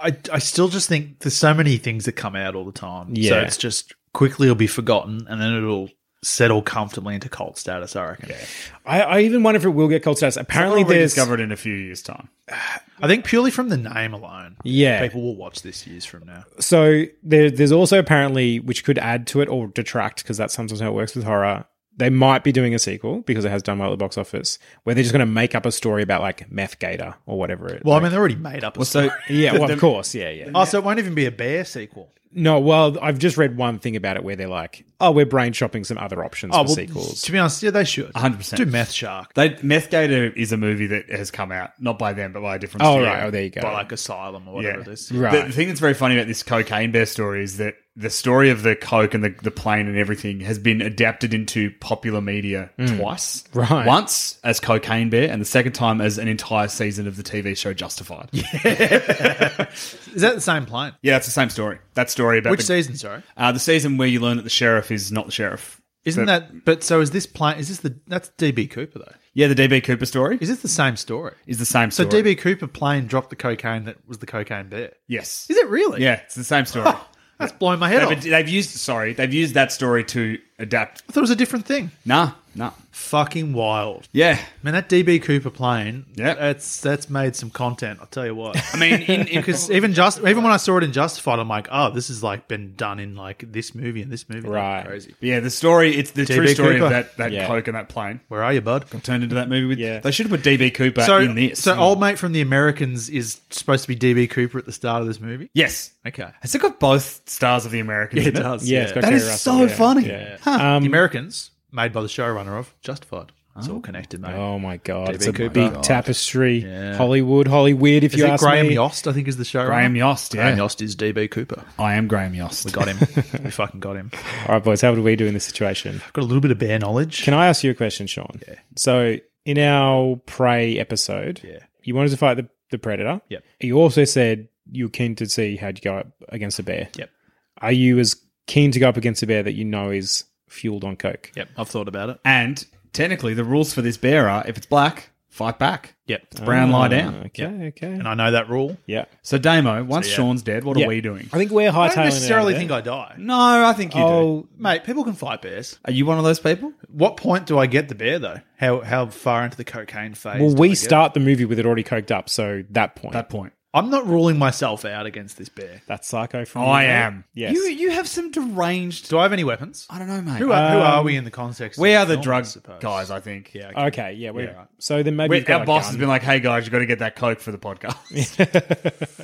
E: I, I still just think there's so many things that come out all the time. So
A: Yeah.
E: it's just quickly it'll be forgotten and then it'll settle comfortably into cult status, I reckon.
A: I, I even wonder if it will get cult status. Apparently,
D: We'll
A: there's
D: rediscover it in a few years' time.
E: I think purely from the name alone.
A: Yeah.
E: People will watch this years from now.
A: so there, there's also apparently which could add to it or detract because that's sometimes how it works with horror. They might be doing a sequel because it has done well at the box office, where they're just going to make up a story about like meth gator or whatever. It,
E: Well, I mean, they're already made up a story.
A: yeah, well, of course, yeah, yeah.
E: Oh, so it won't even be a bear sequel.
A: No, well, I've just read one thing about it where they're like, "Oh, we're brain shopping some other options for
E: Oh, well,
A: sequels."
E: to be honest, yeah, they should.
D: 100%.
E: Do Meth Shark.
D: They, Meth Gator is a movie that has come out not by them but by a different.
A: Oh
D: studio.
A: right, oh there you go.
E: By like Asylum or whatever
D: Yeah.
E: it is.
A: Right.
D: The, the thing that's very funny about this cocaine bear story is that the story of the coke and the, the plane and everything has been adapted into popular media twice.
A: Right.
D: Once as cocaine bear, and the second time as an entire season of the TV show Justified. Yeah,
E: Is that the same plane?
D: it's the same story. That story about
E: Which
D: the,
E: season, sorry?
D: Uh, the season where you learn that the sheriff is not the sheriff.
E: Isn't
D: But-
E: that, but so is this plane, is this the, that's DB Cooper though.
D: Yeah, the DB Cooper story
E: Is this the same story?
D: is the same
E: So
D: story.
E: DB Cooper plane dropped the cocaine that was the cocaine bear.
D: yes,
E: Is it really?
D: Yeah, it's the same story.
E: That's blowing my head
D: No,
E: off.
D: but they've used sorry, they've used that story to adapt.
E: I thought it was a different thing.
D: Nah, nah.
E: Fucking wild.
D: Yeah.
E: Man, that DB Cooper plane,
D: Yeah.
E: that's that's made some content. I'll tell you what.
D: I mean, in, in,
E: Because even just even when I saw it in Justified, I'm like, oh, this has like been done in like this movie and this movie.
A: Right.
E: crazy.
D: Yeah, the story, it's the
E: DB
D: true story
E: Cooper.
D: of that, that
A: Yeah.
D: Coke and that plane.
E: Where are you, bud?
D: Turned into that movie with.
A: Yeah.
D: They should have put DB Cooper
E: So,
D: in this.
E: so old mate from the Americans is supposed to be DB Cooper at the start of this movie.
D: Yes.
E: Okay.
D: Has it got both stars of the American? in
A: yeah, it's got
D: That
A: Kerry
D: is
A: Russell,
D: so
A: yeah.
D: funny.
A: Yeah. Um,
D: Huh.
E: the Americans, made by the showrunner of Justified. It's all connected, mate.
A: Oh my god,
E: DB
A: it's a
E: Cooper.
A: big
E: God.
A: tapestry.
E: Yeah.
A: Hollywood, Hollywood. If
E: Is
A: you
E: it
A: ask
E: Graham
A: me,
E: Yost? I think is the showrunner.
D: Graham Yost, yeah.
E: Graham Yost is DB Cooper.
A: Oh.
D: I am Graham Yost.
E: We got him. we fucking got him.
A: all right, boys, how would we do in this situation?
E: Got a little bit of bear knowledge.
A: Can I ask you a question, Sean? Yeah. So in our prey episode,
E: Yeah.
A: you wanted to fight the, the predator.
E: Yep.
A: You also said you were keen to see how'd you go up against a bear.
E: Yep.
A: Are you as keen to go up against a bear that you know is fueled on coke?
E: Yep, I've thought about it.
D: And technically, the rules for this bear are if it's black, fight back.
E: Yep.
D: It's brown, lie down.
A: Ah, Okay. Okay.
E: And I know that rule.
A: Yeah.
D: So, Damo, once Sean's dead, what
A: Yeah.
D: are we doing?
A: I think we're high.
E: I don't necessarily think I die.
D: No, I think you do.
A: Oh,
E: Mate, people can fight bears.
D: Are you one of those people?
E: What point do I get the bear though? How how far into the cocaine phase?
A: well,
E: do I
A: we
E: get?
A: start the movie with it already coked up, so that point.
D: That point.
E: I'm not ruling myself out against this bear.
A: that's psycho from
D: I
A: you, mate.
D: am.
A: Yes.
D: You, you have some deranged.
E: Do I have any weapons?
D: I don't know, mate.
E: Who are, who are we in the context?
D: we
E: of
D: are the
E: film, I
D: drug
E: suppose?
D: guys, I think. Yeah.
A: okay. Yeah. We're, So then maybe
D: We-
A: you've got
D: our
A: a
D: boss
A: gun.
D: has been like, "Hey guys, you got to get that coke for the podcast."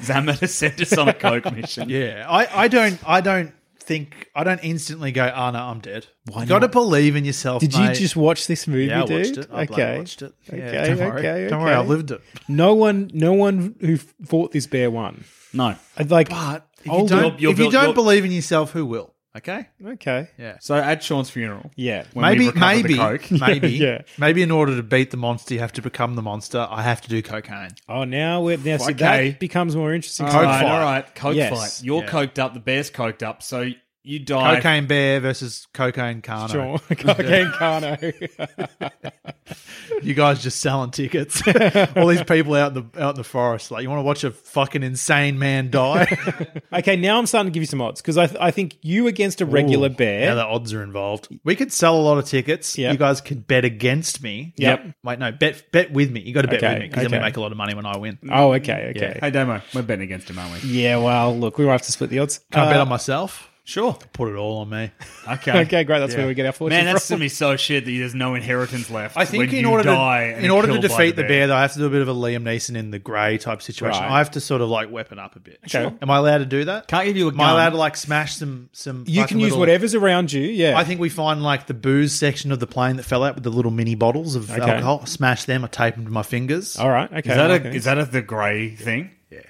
D: Zama has sent us on a coke mission.
E: Yeah, I, I don't I don't think I don't instantly go. Ah, no, I'm dead. Why? You got to believe in yourself.
A: Did
E: mate.
A: you just watch this movie,
E: Yeah, I
A: dude?
E: watched it. I bloody
A: okay,
E: watched it. Yeah,
A: Okay,
E: don't
A: okay,
E: worry. Don't worry,
A: okay.
E: I've lived it.
A: No one, no one who f- fought this bear won.
D: No.
A: I'd like,
E: But if you
A: Older-
E: don't,
D: You're-
E: if you
D: you're-
E: don't
D: you're-
E: believe in yourself, who will? Okay.
A: okay,
E: Yeah.
D: So at Sean's funeral,
A: yeah,
D: when we
E: maybe,
D: recover the
E: maybe,
D: coke-
E: maybe,
A: Yeah.
E: maybe. In order to beat the monster, you have to become the monster. I have to do cocaine.
A: Oh, now we're now see,
D: Okay.
A: that becomes more interesting.
D: All right,
E: fight.
D: all right, coke
A: Yes.
D: fight. You're
E: Yeah.
D: coked up. The bear's coked up. So you die.
E: Cocaine bear versus cocaine carno.
A: Sure. Okay, Carno.
E: You guys just selling tickets. All these people out in the out in the forest. Like, you want to watch a fucking insane man die?
A: okay, now I'm starting to give you some odds because I, th- I think you against a regular
E: Now
A: bear.
E: the odds are involved. We could sell a lot of tickets.
A: Yep.
E: You guys could bet against me.
A: Yep.
E: Wait, no, bet bet with me. You got to bet
A: Okay,
E: with me because then
A: okay.
E: we make a lot of money when I win. Can't
A: oh, okay, okay.
D: Hey Damo, we're betting against him, aren't we?
A: Yeah, well, look, we might have to split the odds. Uh,
E: bet on myself.
D: Sure.
E: Put it all on me.
D: Okay.
A: Okay, great. That's where we get our fortune
I: Man, that's
A: from.
I: gonna be so shit that there's no inheritance left.
E: I think
I: when
E: in
I: you
E: order
I: die
E: to
I: and
E: in
I: are
E: order to
I: killed by
E: defeat the bear, though, I have to do a bit of a Liam Neeson in the grey type situation.
D: Right.
E: I have to sort of like weapon up a bit.
A: Sure.
E: Am I allowed to do that?
D: Can't give you a
E: Am I
D: gun.
E: allowed to like smash some some?
A: You
E: fucking
A: can use
E: little-
A: whatever's around you. Yeah.
E: I think we find like the booze section of the plane that fell out with the little mini bottles of alcohol. Smash them. I tape them to my fingers.
A: All right. Okay.
I: Is that
A: okay.
I: a is that a the grey thing? Yeah.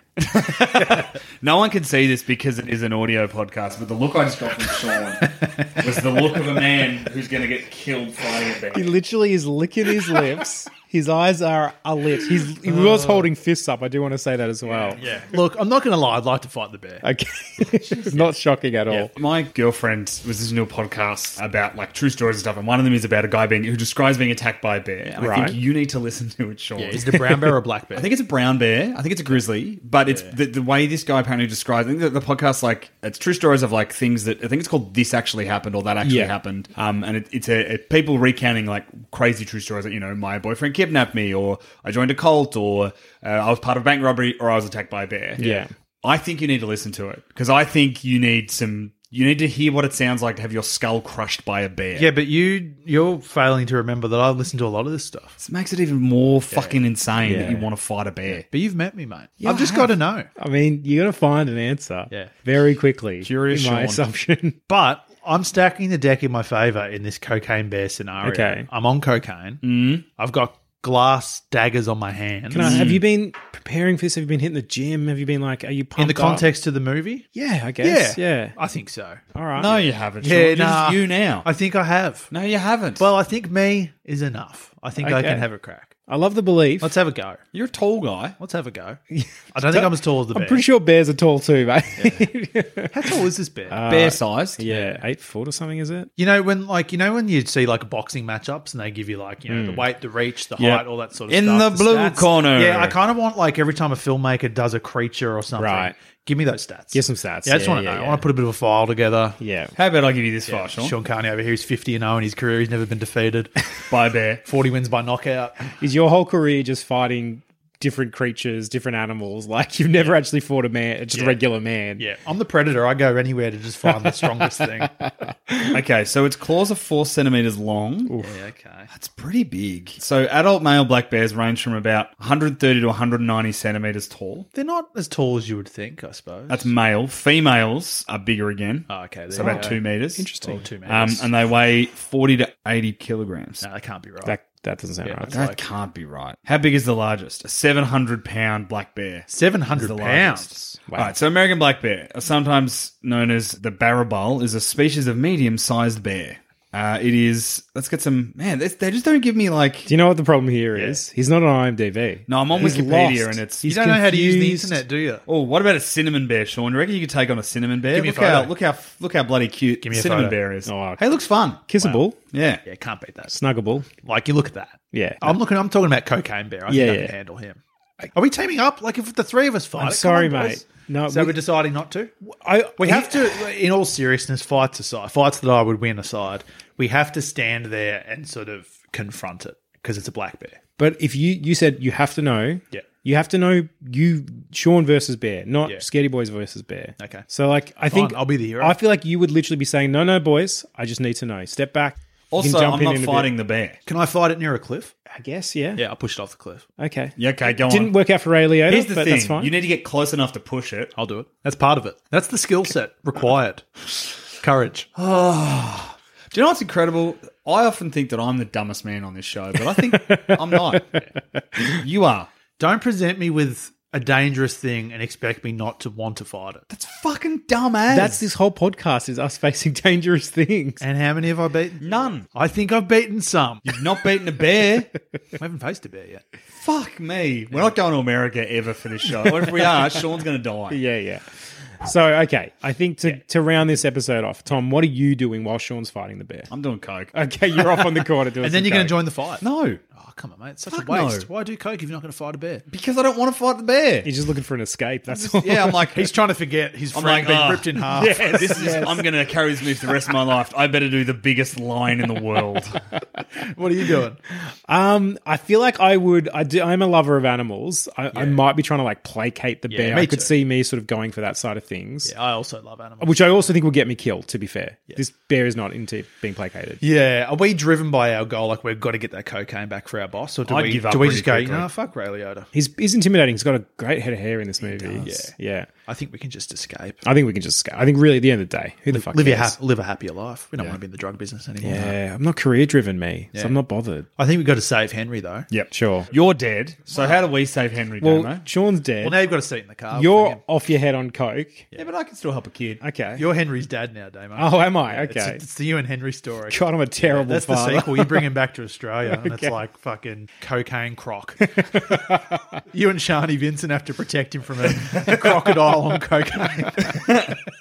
I: no one can see this because it is an audio podcast, but the look I just got from Sean was the look of a man who's going to get killed flying a
A: He
I: bear.
A: literally is licking his lips. His eyes are are lit. He's, he was holding fists up. I do want to say that as well.
E: Yeah. Look, I'm not going to lie. I'd like to fight the bear.
A: Okay. Not shocking at all.
I: My girlfriend was listening to a podcast about like true stories and stuff, and one of them is about a guy being who describes being attacked by a bear. And I
A: Right.
I: think you need to listen to it, Sean.
E: Yeah, is it a brown bear or a black bear?
D: I think it's a brown bear. I think it's a grizzly, but it's the, the way this guy apparently describes. I think that the podcast like it's true stories of like things that I think it's called "This Actually Happened" or "That Actually
A: Yeah.
D: Happened." Um, and it, it's a, it- people recounting like crazy true stories that you know my boyfriend kidnapped me, or I joined a cult, or uh, I was part of a bank robbery, or I was attacked by a bear.
A: Yeah.
D: I think you need to listen to it because I think you need some. You need to hear what it sounds like to have your skull crushed by a bear.
E: Yeah, but you you're failing to remember that I listen to a lot of this stuff.
D: This makes it even more fucking insane that you want to fight a bear.
E: But you've met me, mate.
D: Yeah,
E: I've just
D: I
E: got
D: have.
E: to know.
A: I mean, you're gonna find an answer.
E: Yeah.
A: Very quickly.
D: Curious
A: in my
D: Sean.
A: assumption.
E: But I'm stacking the deck in my favor in this cocaine bear scenario.
A: Okay.
E: I'm on cocaine. Mm. I've got glass daggers on my hands.
A: Can I, have you been preparing for this? Have you been hitting the gym? Have you been like, are you pumped
E: in the
A: up?
E: context of the movie?
A: Yeah, I guess. Yeah.
E: I think so.
A: All right.
D: No, you haven't.
E: Yeah,
D: Sean. You're
E: nah.
D: just you now.
E: I think I have.
D: no, you haven't.
E: Well, I think me is enough. I think I
A: Okay.
E: can have a crack.
A: I love the belief.
E: Let's have a go.
D: You're a tall guy.
E: Let's have a go. I don't think I'm as tall as the bear.
A: I'm pretty sure bears are tall too, mate. Yeah.
E: How tall is this bear?
A: Uh,
D: Bear sized.
A: eight foot or something, is it?
E: You know when, like, you know when you see like boxing matchups and they give you like, you know, the weight, the reach, the
D: Yeah.
E: height, all that sort of
D: In
E: stuff.
D: the blue
E: stats.
D: corner.
E: Yeah, I kind of want like every time a filmmaker does a creature or something,
A: Right.
E: Give me those stats.
A: Give some stats.
E: Yeah, I just
A: Yeah,
E: want to
A: yeah,
E: know.
A: yeah.
E: I want to put a bit of a file together.
A: Yeah.
D: How about I give you this far, Sean?
E: Sean Carney over here is fifty and zero in his career. He's never been defeated.
I: By a bear.
E: Forty wins by knockout.
A: Is your whole career just fighting different creatures, different animals? Like you've never actually fought a man, just a regular man.
E: Yeah, I'm the predator. I go anywhere to just find the strongest thing.
D: Okay, so its claws are four centimeters long. Yeah, okay. That's pretty big. So adult male black bears range from about 130 to 190 centimeters tall.
E: They're not as tall as you would think, I suppose.
D: That's male. Females are bigger again.
E: Oh, okay, there
D: so about
E: you go.
D: two meters.
E: Interesting. Oh, two
D: Um,
E: meters.
D: and they weigh 40 to 80 kilograms.
E: no, that can't be right.
A: That that doesn't sound right.
D: that can't be right. How big is the largest? A 700 pound black bear.
E: Seven
D: is
E: hundred
D: the
E: pounds.
D: largest. All right, so American black bear, uh, sometimes known as the barabal, is a species of medium-sized bear. Uh, it is. Let's get some. Man, they, they just don't give me like.
A: Do you know what the problem here is? He's not on IMDb.
D: No, I'm on
A: He's
D: Wikipedia
A: lost.
D: and it's-
E: You
A: He's
E: don't know how to use the
A: confused.
E: internet, do you?
D: Oh, what about a cinnamon bear, Sean? You reckon you could take on a cinnamon bear?
E: Give me a
D: look how
E: photo.
D: look how look how bloody cute
E: me a
D: cinnamon
E: photo.
D: bear is.
A: Oh, wow.
D: Hey, looks fun.
A: Kissable,
D: Yeah.
E: Yeah, can't beat that.
A: snuggable.
E: Like you look at that.
A: Yeah.
E: I'm looking. I'm talking about cocaine bear. I
A: Yeah,
E: think I
A: yeah.
E: can handle him. Are we teaming up? Like if the three of us fight?
A: I'm
E: it,
A: sorry,
E: come on,
A: mate.
E: boys.
A: No,
E: so
A: we-
E: we, are deciding not to.
A: I-
E: we have to. In all seriousness, fights aside, fights that I would win aside, we have to stand there and sort of confront it because it's a black bear.
A: But if you you said you have to know,
E: Yeah.
A: you have to know you Sean versus Bear, not
E: Yeah.
A: Scaredy Boys versus Bear.
E: Okay.
A: So like, I think
E: Fine, I'll be the hero.
A: I feel like you would literally be saying, "No, no, boys, I just need to know. Step back." You can
D: Also,
A: jump
D: I'm
A: in
D: not
A: in a bit.
D: fighting the bear.
E: Can I fight it near a cliff?
A: I guess, yeah.
E: I'll push it off the cliff.
A: Okay.
D: Yeah, okay, go
A: Didn't
D: on.
A: work out for Ray Liotta,
D: Here's the
A: but
D: thing:
A: that's fine.
D: you need to get close enough to push it.
E: I'll do it. That's part of it. That's the skill set required. Courage.
D: Do you know what's incredible? I often think that I'm the dumbest man on this show, but I think I'm not. You are.
E: Don't present me with a dangerous thing and expect me not to want to fight it.
D: That's fucking dumb ass.
A: That's this whole podcast is us facing dangerous things.
E: And how many have I beaten?
D: none.
E: I think I've beaten some.
D: You've not beaten a bear.
E: I haven't faced a bear yet.
D: Fuck me. We're not going to America ever for this show. Or if we are, Sean's going to die.
A: Yeah, yeah. So, okay, I think to, to round this episode off, Tom, what are you doing while Sean's fighting the bear?
D: I'm doing coke.
A: Okay, you're off on the corner doing
E: And then
A: some
E: you're going
A: coke.
E: to join the fight.
D: No,
E: Oh, come on, mate. It's such
D: Fuck
E: a waste.
D: no.
E: Why do coke if you're not going to fight a bear?
D: because I don't want to fight the bear.
A: He's just looking for an escape. That's all.
D: yeah, I'm like,
E: He's trying to forget his
D: I'm like,
E: friend being
D: "Ah,
E: ripped in half.
D: This is, I'm going to carry this move for the rest of my life. I better do the biggest line in the world.
E: What are you doing?
A: Um, I feel like I would. I do, I'm a lover of animals. I, I might be trying to like placate the bear.
E: me
A: I could
E: too.
A: see me sort of going for that side of things.
E: I also love animals.
A: Which I also think will get me killed, to be fair. This bear is not into being placated.
E: Yeah, are we driven by our goal? Like we've got to get that cocaine back for our boss, or do
A: I'd
E: we?
A: give up
E: do we
A: pretty
E: just go?
A: quickly.
E: No, fuck Ray Liotta.
A: He's, he's intimidating. He's got a great head of hair in this movie.
E: does.
A: Yeah. Yeah.
E: I think we can just escape.
A: I think we can just escape. I think really at the end of the day, who the fuck
E: live a
A: cares?
E: hap- live a happier life. We don't want to be in the drug business anymore.
A: Yeah, I'm not career driven, me. So I'm not bothered.
E: I think we've got to save Henry though.
A: Yep. Sure.
D: You're dead. So how do we save Henry?
A: Well,
D: Damo?
A: Sean's dead.
E: Well, now you've got a seat in the car.
A: You're off your head on coke.
D: yeah, but I can still help a kid.
A: Okay.
E: You're Henry's dad now, Damo.
A: oh, am I?
E: It's,
A: Okay.
E: it's the you and Henry story.
A: God, I'm a terrible
E: That's
A: father.
E: the sequel. You bring him back to Australia, and
A: Okay.
E: it's like fucking cocaine croc. you and Shani Vincent have to protect him from a, a crocodile on cocaine.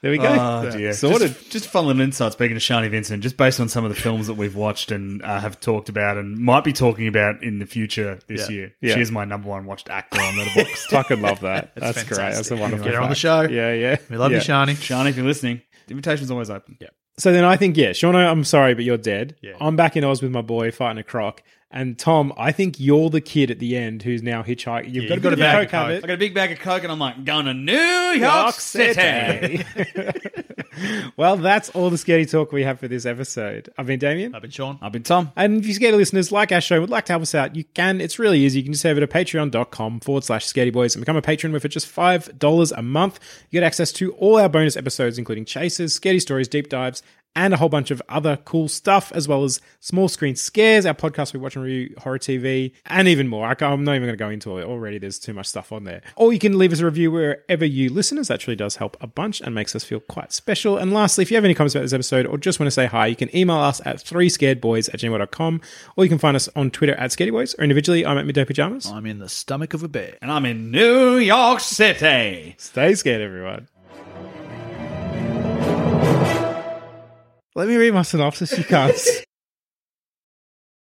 A: there we go.
D: Oh, dear.
A: Sorted.
D: Just, just a fun little insight. Speaking of Shani Vincent, just based on some of the films that we've watched and uh, have talked about and might be talking about in the future this
E: Yeah.
D: year,
A: Yeah.
D: she is my number one watched actor on Letterboxd.
A: Fucking love that. That's, great. That's
E: fantastic.
A: a wonderful.
E: Get her on the
A: fact.
E: show.
A: Yeah, yeah.
E: We love
A: Yeah.
E: you, Shani.
D: Shani, if you're listening, the invitation's always open. Yeah.
A: So then I think, yeah, Shauno, I'm sorry, but you're dead. I'm back in Oz with my boy fighting a croc. And Tom, I think you're the kid at the end who's now hitchhiking. You've got,
E: you've got
A: a
E: a
A: bit
E: bag
A: of coke
E: of
A: habit.
D: I got a big bag of coke and I'm like, going to New York City.
A: well, that's all the scary talk we have for this episode. I've been Damien.
E: I've been Sean.
D: I've been Tom.
A: And if you scaredy listeners like our show and would like to help us out, you can. It's really easy. You can just head over to patreon.com forward slash scaredy boys and become a patron with for just $5 a month. You get access to all our bonus episodes, including chases, scaredy stories, deep dives, and a whole bunch of other cool stuff, as well as small screen scares, our podcast we watch and review horror TV, and even more. I can't- I'm not even going to go into it already. There's too much stuff on there. Or you can leave us a review wherever you listen, as that really does help a bunch and makes us feel quite special. And lastly, if you have any comments about this episode or just want to say hi, you can email us at 3scaredboys at gmail.com, or you can find us on Twitter at scaredyboys, or individually, I'm at midday pajamas.
E: I'm in the stomach of a bear.
D: And I'm in New York City.
A: Stay scared, everyone. Let me read my synopsis, you cunts.